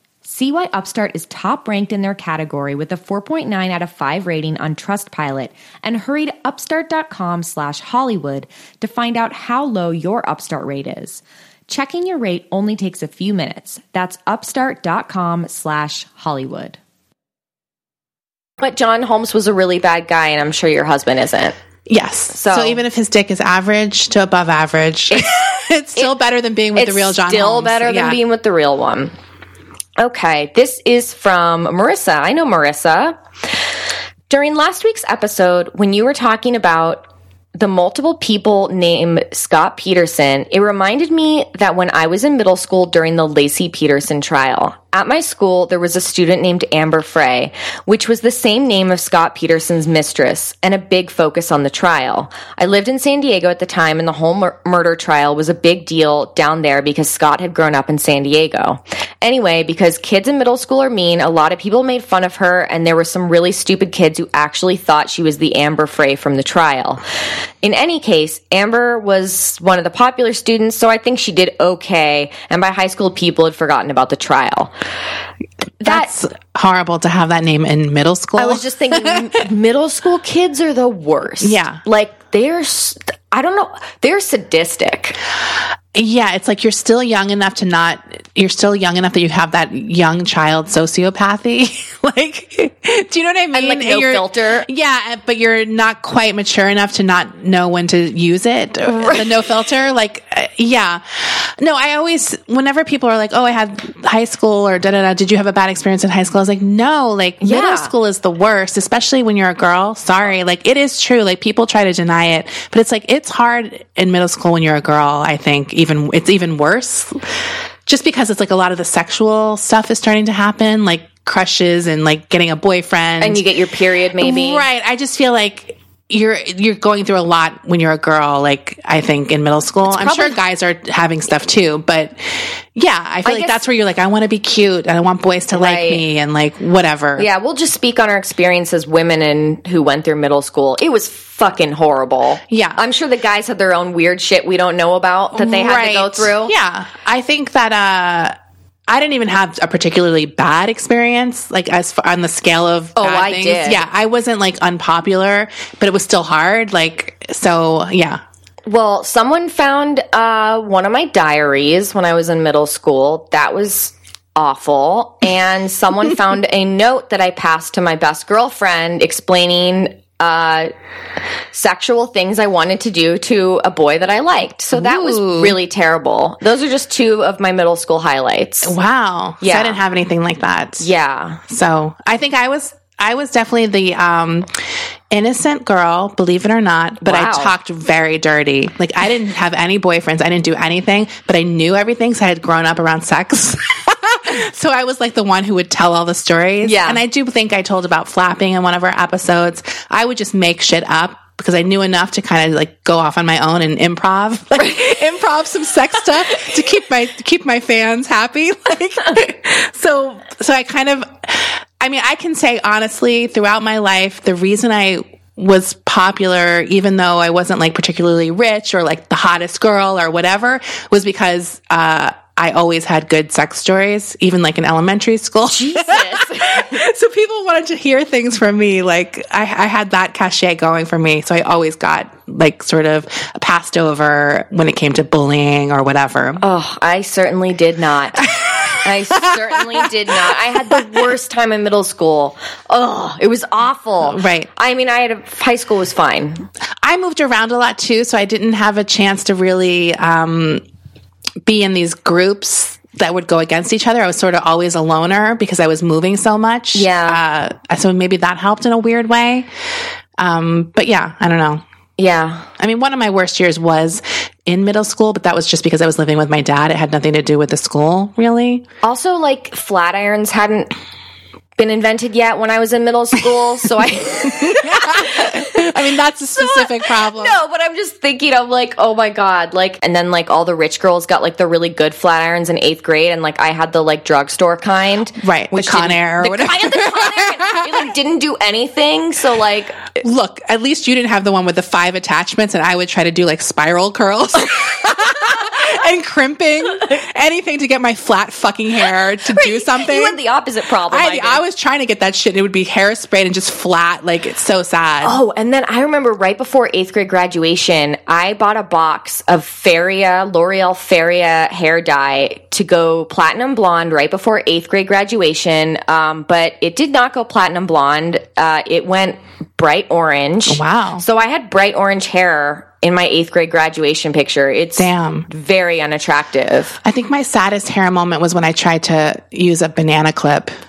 S1: See why Upstart is top ranked in their category with a 4.9 out of 5 rating on Trustpilot and hurry to upstart.com slash Hollywood to find out how low your Upstart rate is. Checking your rate only takes a few minutes. That's upstart.com slash Hollywood. But John Holmes was a really bad guy, and I'm sure your husband isn't.
S2: Yes. So,
S1: So-
S2: even if his dick is average to above average, it's still better than being with the real John.
S1: Still
S2: Holmes.
S1: better
S2: Yeah.
S1: than being with the real one. Okay, this is from Marissa. I know Marissa. During last week's episode, when you were talking about the multiple people named Scott Peterson, it reminded me that when I was in middle school during the Lacey Peterson trial, at my school, there was a student named Amber Frey, which was the same name of Scott Peterson's mistress, and a big focus on the trial. I lived in San Diego at the time, and the whole mur- murder trial was a big deal down there because Scott had grown up in San Diego. Anyway, because kids in middle school are mean, a lot of people made fun of her, and there were some really stupid kids who actually thought she was the Amber Frey from the trial. In any case, Amber was one of the popular students, so I think she did okay, and by high school, people had forgotten about the trial.
S2: That's horrible to have that name in middle school.
S1: I was just thinking, m- middle school kids are the worst.
S2: Yeah.
S1: Like, they're, s- I don't know, they're sadistic.
S2: Yeah, it's like you're still young enough to not, you're still young enough that you have that young child sociopathy. like, do you know what I mean?
S1: like, no
S2: you're-
S1: filter.
S2: Yeah, but you're not quite mature enough to not know when to use it. The no filter. Like, uh, yeah. No, I always, whenever people are like, oh, I had high school or da da da, did you have a bad experience in high school? I was like, no, like, middle
S1: Yeah.
S2: school is the worst, especially when you're a girl. Sorry. Like, it is true. Like, people try to deny it, but it's like, it's hard in middle school when you're a girl, I think. Even, it's even worse just because it's like a lot of the sexual stuff is starting to happen, like crushes and like getting a boyfriend.
S1: And you get your period, maybe.
S2: Right. I just feel like you're you're going through a lot when you're a girl. Like I think in middle school, I'm sure
S1: probably-
S2: guys are having stuff too, but yeah, I feel like
S1: guess-
S2: that's where you're like, I want to be cute and I want boys to like
S1: Right.
S2: me and like whatever.
S1: Yeah, we'll just speak on our experience as women and who went through middle school. It was fucking horrible.
S2: Yeah.
S1: I'm sure the guys had their own weird shit we don't know about that they had to go
S2: Right.
S1: through.
S2: Yeah. I think that uh I didn't even have a particularly bad experience, like as far, on the scale of oh,
S1: I did.
S2: Yeah, I wasn't like unpopular, but it was still hard. Like so, yeah.
S1: Well, someone found uh, one of my diaries when I was in middle school. That was awful. And someone found a note that I passed to my best girlfriend explaining uh, sexual things I wanted to do to a boy that I liked. So that was really terrible. Those are just two of my middle school highlights.
S2: Wow. So I
S1: Yeah.
S2: didn't have anything like that.
S1: Yeah.
S2: So I think I was I was definitely the um innocent girl, believe it or not, but I
S1: Wow.
S2: talked very dirty. Like I didn't have any boyfriends, I didn't do anything, but I knew everything so I had grown up around sex. so I was like the one who would tell all the stories.
S1: Yeah.
S2: And I do think I told about flapping in one of our episodes. I would just make shit up because I knew enough to kind of like go off on my own and improv, like improv some sex stuff to keep my to keep my fans happy. Like so so I kind of I mean, I can say honestly throughout my life the reason I was popular even though I wasn't like particularly rich or like the hottest girl or whatever was because uh I always had good sex stories, even like in elementary school. so people wanted to hear things from me. Like I, I had that cachet going for me. So I always got like sort of passed over when it came to bullying or whatever.
S1: Oh, I certainly did not. I certainly did not. I had the worst time in middle school. Oh, it was awful.
S2: Right.
S1: I mean, I had a high school was fine.
S2: I moved around a lot too, so I didn't have a chance to really um, be in these groups that would go against each other. I was sort of always a loner because I was moving so much.
S1: Yeah.
S2: Uh, so maybe that helped in a weird way. Um, but yeah, I don't know.
S1: Yeah.
S2: I mean, one of my worst years was in middle school, but that was just because I was living with my dad. It had nothing to do with the school, really.
S1: Also, like flat irons hadn't been invented yet when I was in middle school, so I
S2: I mean, that's a specific problem.
S1: no. But I'm just thinking, I'm like, oh my god, like, and then like all the rich girls got like the really good flat irons in eighth grade, and like I had the like drugstore kind,
S2: Right, the Con
S1: didn't-
S2: Air or
S1: the-
S2: whatever.
S1: I had the Con Air, and it like didn't do anything. So like,
S2: Look, at least you didn't have the one with the five attachments, and I would try to do like spiral curls and crimping, anything to get my flat fucking hair to do something.
S1: You had the opposite problem. I,
S2: I, had the-
S1: did.
S2: I was trying to get that shit, and it would be hairsprayed and just flat. Like, it's so sad.
S1: oh, and then I remember right before eighth grade graduation, I bought a box of Feria L'Oreal Feria hair dye to go platinum blonde right before eighth grade graduation, um, but it did not go platinum blonde. Uh, it went bright orange.
S2: Oh, Wow.
S1: So I had bright orange hair in my eighth grade graduation picture. It's
S2: Damn.
S1: very unattractive.
S2: I think my saddest hair moment was when I tried to use a banana clip.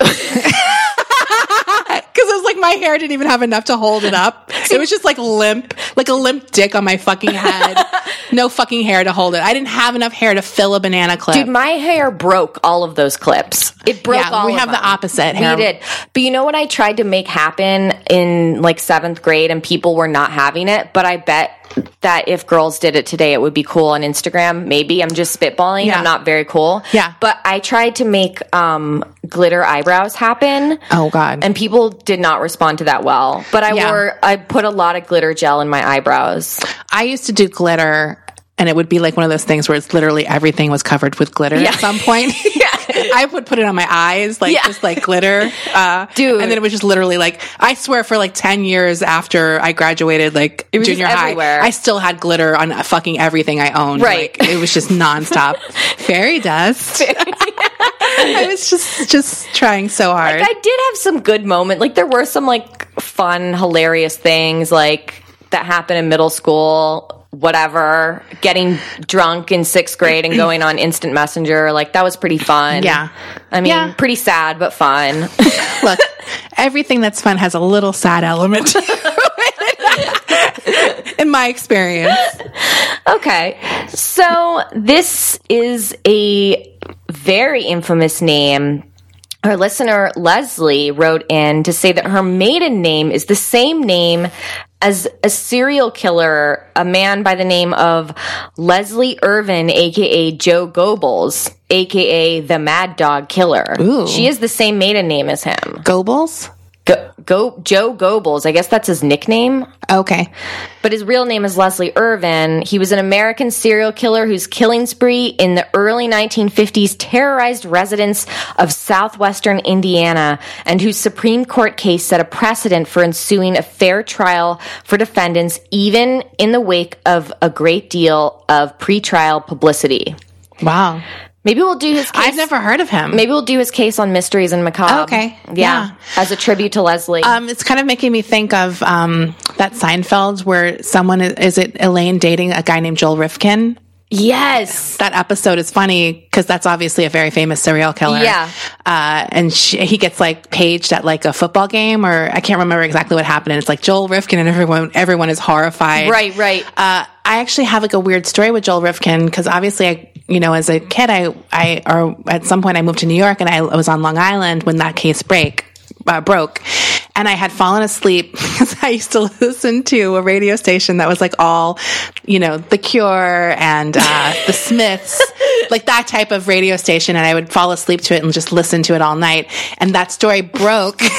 S2: Because it was like my hair didn't even have enough to hold it up. It was just like limp, like a limp dick on my fucking head. no fucking hair to hold it. I didn't have enough hair to fill a banana clip.
S1: Dude, my hair broke all of those clips. It broke
S2: Yeah,
S1: all
S2: we
S1: of
S2: have the
S1: them.
S2: opposite hair.
S1: We did. But you know what I tried to make happen in like seventh grade and people were not having it? But I bet that if girls did it today, it would be cool on Instagram. Maybe I'm just spitballing.
S2: Yeah.
S1: I'm not very cool.
S2: Yeah.
S1: But I tried to make um, glitter eyebrows happen.
S2: oh God.
S1: And people did not respond to that well. But I
S2: Yeah.
S1: wore, I put a lot of glitter gel in my eyebrows.
S2: I used to do glitter and it would be like one of those things where it's literally everything was covered with glitter
S1: Yeah.
S2: at some point. I would put it on my eyes, like
S1: Yeah.
S2: just like glitter. Uh,
S1: Dude.
S2: And then it was just literally like, I swear for like 10 years after I graduated, like
S1: was
S2: junior
S1: just
S2: high,
S1: everywhere.
S2: I still had glitter on fucking everything I owned.
S1: Right.
S2: Like, it was just nonstop fairy dust. I was just, just trying so hard.
S1: I did have some good moment. Like there were some like fun, hilarious things like that happened in middle school, whatever. Getting drunk in sixth grade and going on instant messenger, like that was pretty fun.
S2: Yeah.
S1: I mean,
S2: Yeah.
S1: pretty sad but fun.
S2: Look, everything that's fun has a little sad element. to it. In my experience.
S1: okay. So this is a very infamous name. Our listener Leslie wrote in to say that her maiden name is the same name as a serial killer, a man by the name of Leslie Irvin, aka Joe Goebbels, aka the Mad Dog Killer.
S2: Ooh.
S1: She is the same maiden name as him.
S2: Goebbels?
S1: Go, go Joe Goebbels. I guess that's his nickname.
S2: Okay.
S1: But his real name is Leslie Irvin. He was an American serial killer whose killing spree in the early 1950s terrorized residents of southwestern Indiana and whose Supreme Court case set a precedent for ensuing a fair trial for defendants, even in the wake of a great deal of pretrial publicity.
S2: Wow.
S1: Maybe we'll do his case.
S2: I've never heard of him.
S1: Maybe we'll do his case on mysteries and macabre.
S2: Okay.
S1: Yeah.
S2: Yeah.
S1: As a tribute to Leslie.
S2: Um, it's kind of making me think of um, that Seinfeld where someone is, is it Elaine dating a guy named Joel Rifkin?
S1: yes.
S2: That episode is funny because that's obviously a very famous serial killer.
S1: Yeah.
S2: Uh, and she, he gets like paged at like a football game or I can't remember exactly what happened. And it's like Joel Rifkin and everyone, everyone is horrified.
S1: Right, right.
S2: uh, I actually have like a weird story with Joel Rifkin because obviously I, you know, as a kid, I, I, or at some point I moved to New York and I was on Long Island when that case break uh, broke, and I had fallen asleep because I used to listen to a radio station that was like all, you know, The Cure and uh, The Smiths, like that type of radio station, and I would fall asleep to it and just listen to it all night, and that story broke.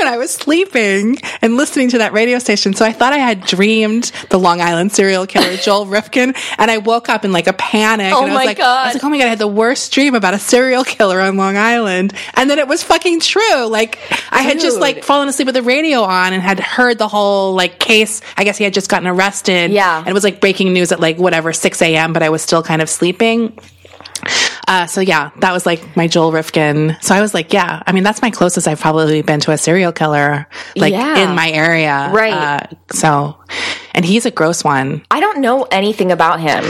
S2: when I was sleeping and listening to that radio station. So I thought I had dreamed the Long Island serial killer Joel Rifkin, and I woke up in like a panic.
S1: Oh
S2: and I was
S1: my
S2: like, I
S1: God.
S2: was like, oh my god, I had the worst dream about a serial killer on Long Island, and then it was fucking true. Like I had just
S1: Dude.
S2: like fallen asleep with the radio on and had heard the whole like case. I guess he had just gotten arrested.
S1: Yeah.
S2: and it was like breaking news at like whatever six a.m. But I was still kind of sleeping. Uh, so yeah, that was like my Joel Rifkin. So I was like, yeah, I mean, that's my closest I've probably been to a serial killer, like
S1: Yeah.
S2: in my area.
S1: Right.
S2: Uh, so, and he's a gross one.
S1: I don't know anything about him.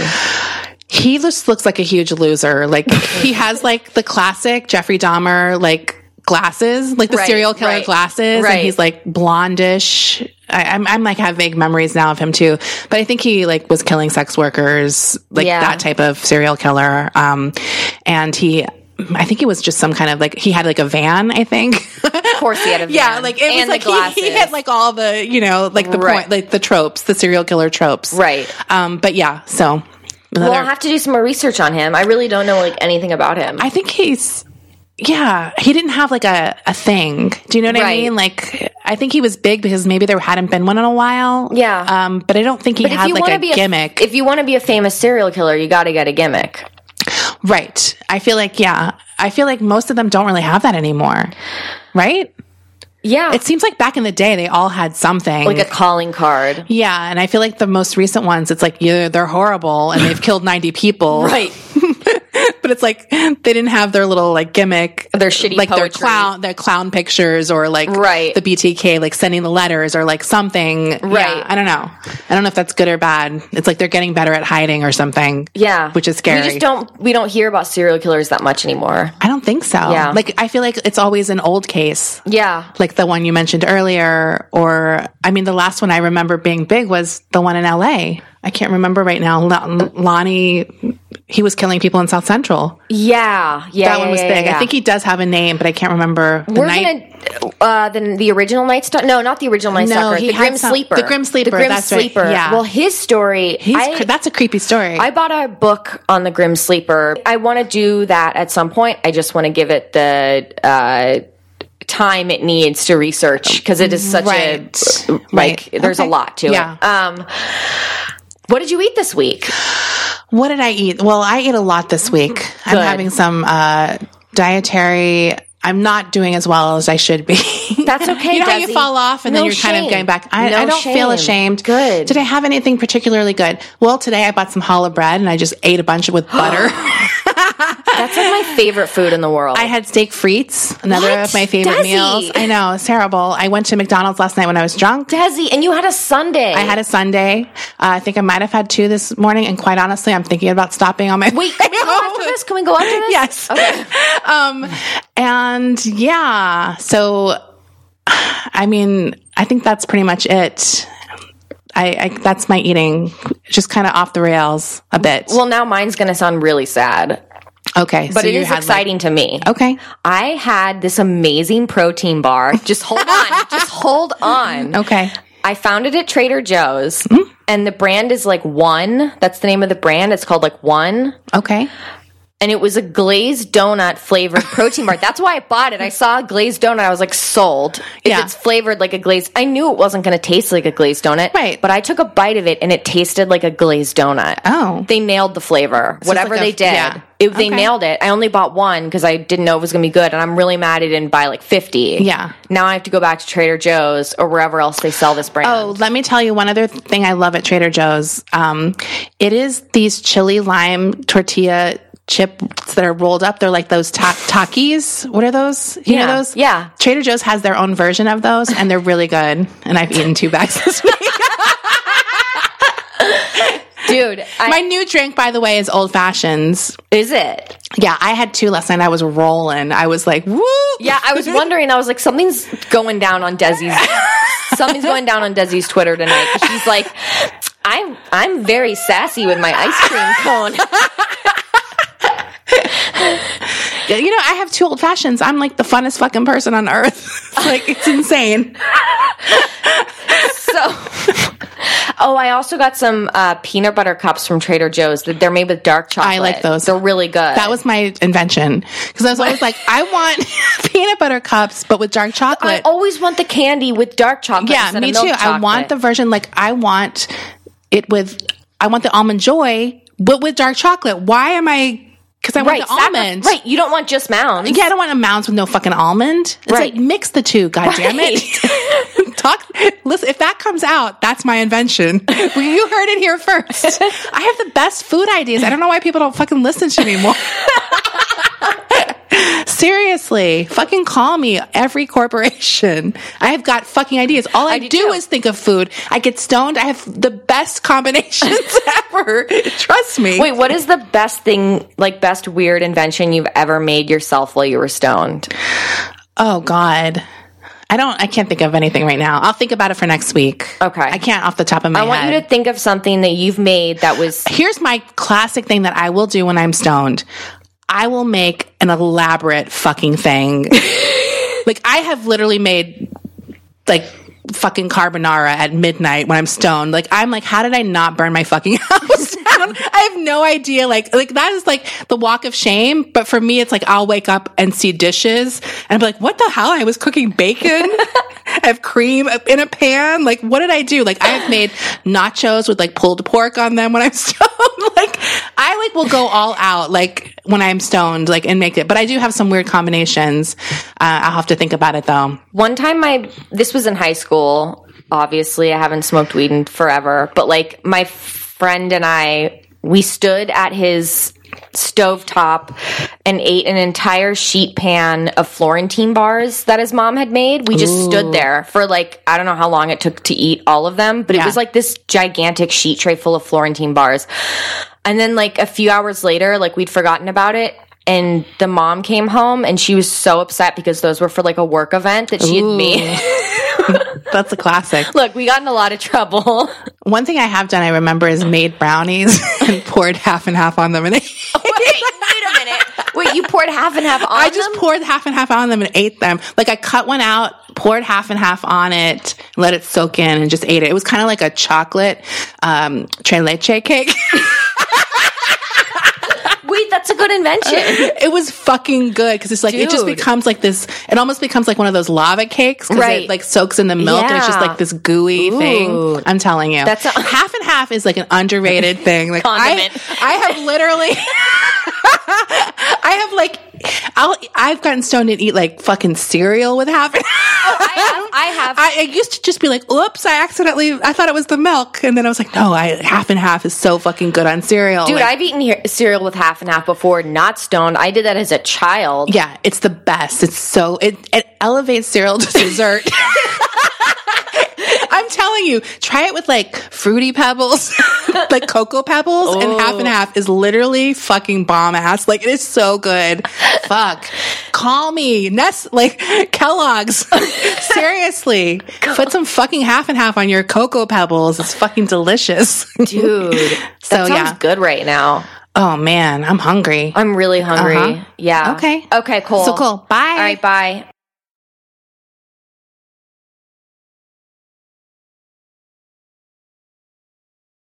S2: He just looks like a huge loser. Like he has like the classic Jeffrey Dahmer, like glasses, like the
S1: Right,
S2: serial killer
S1: right,
S2: glasses.
S1: right.
S2: And he's like blondish. I, I'm, I'm like have vague memories now of him too, but I think he like was killing sex workers, like
S1: Yeah.
S2: that type of serial killer. Um, and he, I think he was just some kind of like he had like a van. I think,
S1: Of course, he had a van.
S2: yeah, like it was
S1: and
S2: like
S1: the glasses.
S2: he, he hit like all the you know like the
S1: Right.
S2: point like the tropes, the serial killer tropes,
S1: Right.
S2: Um, but yeah, so
S1: Well,
S2: another-
S1: I'll have to do some more research on him. I really don't know like anything about him.
S2: I think he's yeah, he didn't have like a, a thing. Do you know what I
S1: Right.
S2: mean? Like I think he was big because maybe there hadn't been one in a while.
S1: Yeah.
S2: Um, but I don't think he
S1: but if
S2: had
S1: you
S2: like
S1: want
S2: a
S1: to be
S2: gimmick.
S1: a, if you want to be a famous serial killer, you got to get a gimmick.
S2: right. I feel like yeah. I feel like most of them don't really have that anymore. Right?
S1: Yeah,
S2: It seems like back in the day they all had something.
S1: like a calling card.
S2: yeah, and I feel like the most recent ones, it's like either they're horrible and they've killed ninety people,
S1: Right.
S2: but it's like they didn't have their little like gimmick,
S1: Their shitty
S2: like their
S1: poetry.
S2: clown, their clown pictures, or like
S1: Right.
S2: the BTK, like sending the letters or like something. Yeah,
S1: Right.
S2: I don't know. I don't know if that's good or bad. It's like they're getting better at hiding or something.
S1: Yeah.
S2: which is scary.
S1: We just don't we don't hear about serial killers that much anymore.
S2: I don't think so.
S1: Yeah.
S2: like I feel like it's always an old case.
S1: Yeah.
S2: Like the one you mentioned earlier, or I mean, the last one I remember being big was the one in LA. I can't remember right now. Lon- Lonnie, he was killing people in South Central.
S1: Yeah. Yeah.
S2: That one was big. I think
S1: he.
S2: he does have a name, but I can't remember the
S1: We're
S2: night.
S1: gonna uh, the the original Night Stalker. No, not the original Night
S2: No,
S1: Stalker.
S2: he
S1: the
S2: had
S1: Grim
S2: some-
S1: Sleeper.
S2: the Grim Sleeper,
S1: The Grim
S2: that's right,
S1: Sleeper.
S2: yeah.
S1: Well, his story.
S2: He's
S1: I,
S2: cr- that's a creepy story.
S1: I bought a book on the Grim Sleeper. I want to do that at some point. I just want to give it the uh, time it needs to research because it is such
S2: Right.
S1: a uh, like.
S2: Right.
S1: There's
S2: Okay.
S1: a lot to
S2: Yeah.
S1: it. Um, what did you eat this week?
S2: what did I eat? Well, I ate a lot this week. I'm
S1: Good.
S2: having some uh, dietary. I'm not doing as well as I should be.
S1: That's okay,
S2: you know how you
S1: Desi.
S2: fall off and
S1: No
S2: then you're kind
S1: shame.
S2: of going back. I,
S1: No
S2: I don't feel
S1: shame.
S2: ashamed.
S1: Good.
S2: Did I have anything particularly good? Well, today I bought some challah bread and I just ate a bunch with butter.
S1: That's like my favorite food in the world.
S2: I had steak frites, another
S1: What?
S2: of my favorite
S1: Desi.
S2: meals. I know it's terrible. I went to McDonald's last night when I was drunk.
S1: Desi, and you had a Sunday.
S2: I had a Sunday. Uh, I think I might have had two this morning, and quite honestly, I'm thinking about stopping on my
S1: Wait, can we go after this? Can we go after this?
S2: Yes.
S1: Okay.
S2: Um, and yeah, so I mean, I think that's pretty much it. I, I that's my eating, just kind of off the rails a bit.
S1: Well, now mine's going to sound really sad,
S2: okay,
S1: but it is exciting to me.
S2: okay,
S1: I had this amazing protein bar. Just hold on. Just hold on.
S2: okay.
S1: I found it at Trader Joe's,
S2: Hmm?
S1: and the brand is like One. That's the name of the brand. It's called like One.
S2: Okay.
S1: And it was a glazed donut flavored protein bar. That's why I bought it. I saw a glazed donut. I was like, sold. If
S2: Yeah.
S1: it's flavored like a glazed, I knew it wasn't going to taste like a glazed donut.
S2: Right.
S1: But I took a bite of it and it tasted like a glazed donut.
S2: Oh.
S1: They nailed the flavor. Whatever
S2: like a-
S1: they did,
S2: yeah.
S1: it, they
S2: Okay.
S1: nailed it. I only bought one because I didn't know it was going to be good. And I'm really mad I didn't buy like 50.
S2: Yeah.
S1: Now I have to go back to Trader Joe's or wherever else they sell this brand.
S2: Oh, let me tell you one other thing I love at Trader Joe's. Um, it is these chili lime tortilla chips that are rolled up. They're like those ta- Takis. What are those? You
S1: Yeah.
S2: know those?
S1: Yeah.
S2: Trader Joe's has their own version of those, and they're really good. And I've eaten two bags this week.
S1: Dude, I,
S2: My new drink, by the way, is Old Fashions.
S1: is it?
S2: Yeah, I had two last night. I was rolling. I was like, woo.
S1: Yeah, I was wondering. I was like, something's going down on Desi's. something's going down on Desi's Twitter tonight. She's like, I'm I'm very sassy with my ice cream cone.
S2: You know, I have two Old Fashions. I'm like the funnest fucking person on earth. like, it's insane.
S1: So, oh, I also got some uh, peanut butter cups from Trader Joe's. that They're made with dark chocolate.
S2: I like those.
S1: They're really good.
S2: That was my invention because I was always like, I want peanut butter cups, but with dark
S1: I
S2: chocolate.
S1: always want the candy with dark chocolate.
S2: yeah,
S1: Oh, instead
S2: me
S1: of
S2: too.
S1: milk
S2: I want the
S1: chocolate.
S2: version like I want it with. I want the almond joy, but with dark chocolate. Why am I? Because I
S1: right
S2: want the almond.
S1: sacrifice- Right, you don't want just mounds.
S2: Yeah, I don't want a mounds with no fucking almond. It's
S1: Right.
S2: like mix the two. God damn it. Talk. Listen, if that comes out, that's my invention. you heard it here first. I have the best food ideas. I don't know why people don't fucking listen to me more. Seriously, fucking call me every corporation. I have got fucking ideas. All I,
S1: do
S2: do,
S1: too.
S2: is think of food. I get stoned. I have the best combinations ever. Trust me.
S1: Wait, what is the best thing, like best weird invention you've ever made yourself while you were stoned?
S2: Oh God. I don't I can't think of anything right now. I'll think about it for next week.
S1: Okay.
S2: I can't off the top of my
S1: I want you to think of something that you've made that was
S2: Here's my classic thing that I will do when I'm stoned. I will make an elaborate fucking thing. like I have literally made like fucking carbonara at midnight when I'm stoned. Like I'm like, how did I not burn my fucking house down? I have no idea. Like like that is like the walk of shame. But for me, it's like I'll wake up and see dishes and I'm like, what the hell? I was cooking bacon. I have cream up in a pan. Like what did I do? Like I have made nachos with like pulled pork on them when I'm stoned. like I like will go all out like when I'm stoned like and make it. But I do have some weird combinations. Uh, I'll have to think about it though.
S1: one time my this was in high school. Obviously, I haven't smoked weed in forever, but like my friend and I, we stood at his stovetop and ate an entire sheet pan of Florentine bars that his mom had made. We just stood there for like, I don't know how long it took to eat all of them, but it
S2: Yeah.
S1: was like this gigantic sheet tray full of Florentine bars. And then like a few hours later, like we'd forgotten about it. And the mom came home and she was so upset because those were for like a work event that she had made.
S2: That's a classic.
S1: Look, we got in a lot of trouble.
S2: One thing I have done, I remember, is made brownies and poured half and half on them. And
S1: wait, wait a minute. Wait, you poured half and half on
S2: I just
S1: them?
S2: poured half and half on them and ate them. Like I cut one out, poured half and half on it, let it soak in, and just ate it. It was kind of like a chocolate um, tres leche cake.
S1: Wait, that's a good invention.
S2: it was fucking good because it's like it just
S1: Dude.
S2: becomes like this. It almost becomes like one of those lava cakes because
S1: Right.
S2: it like soaks in the milk and it's just
S1: Yeah.
S2: like this gooey
S1: Ooh.
S2: thing. I'm telling you,
S1: That's a-
S2: half and half is like an underrated thing. Like
S1: Condiment.
S2: I, I have literally. I have like, I'll, I've gotten stoned and eat like fucking cereal with half. and
S1: I have, I have
S2: I, I used to just be like, oops, I accidentally, I thought it was the milk. And then I was like, no, I half and half is so fucking good on cereal.
S1: dude,
S2: Like,
S1: I've eaten here, cereal with half and half before, not stoned. I did that as a child.
S2: yeah, it's the best. It's so, it, it elevates cereal to dessert. I'm telling you, try it with like fruity pebbles, like cocoa pebbles, and half and half is literally fucking bomb ass. Like it is so good. Fuck. Call me. Nest like Kellogg's. Seriously. Put some fucking half and half on your cocoa pebbles. It's fucking delicious.
S1: Dude, that
S2: So
S1: sounds
S2: Oh, yeah.
S1: good right now.
S2: Oh man, I'm hungry.
S1: I'm really hungry.
S2: Uh-huh.
S1: Yeah.
S2: Okay.
S1: Okay, cool.
S2: So cool. Bye.
S1: All right, bye.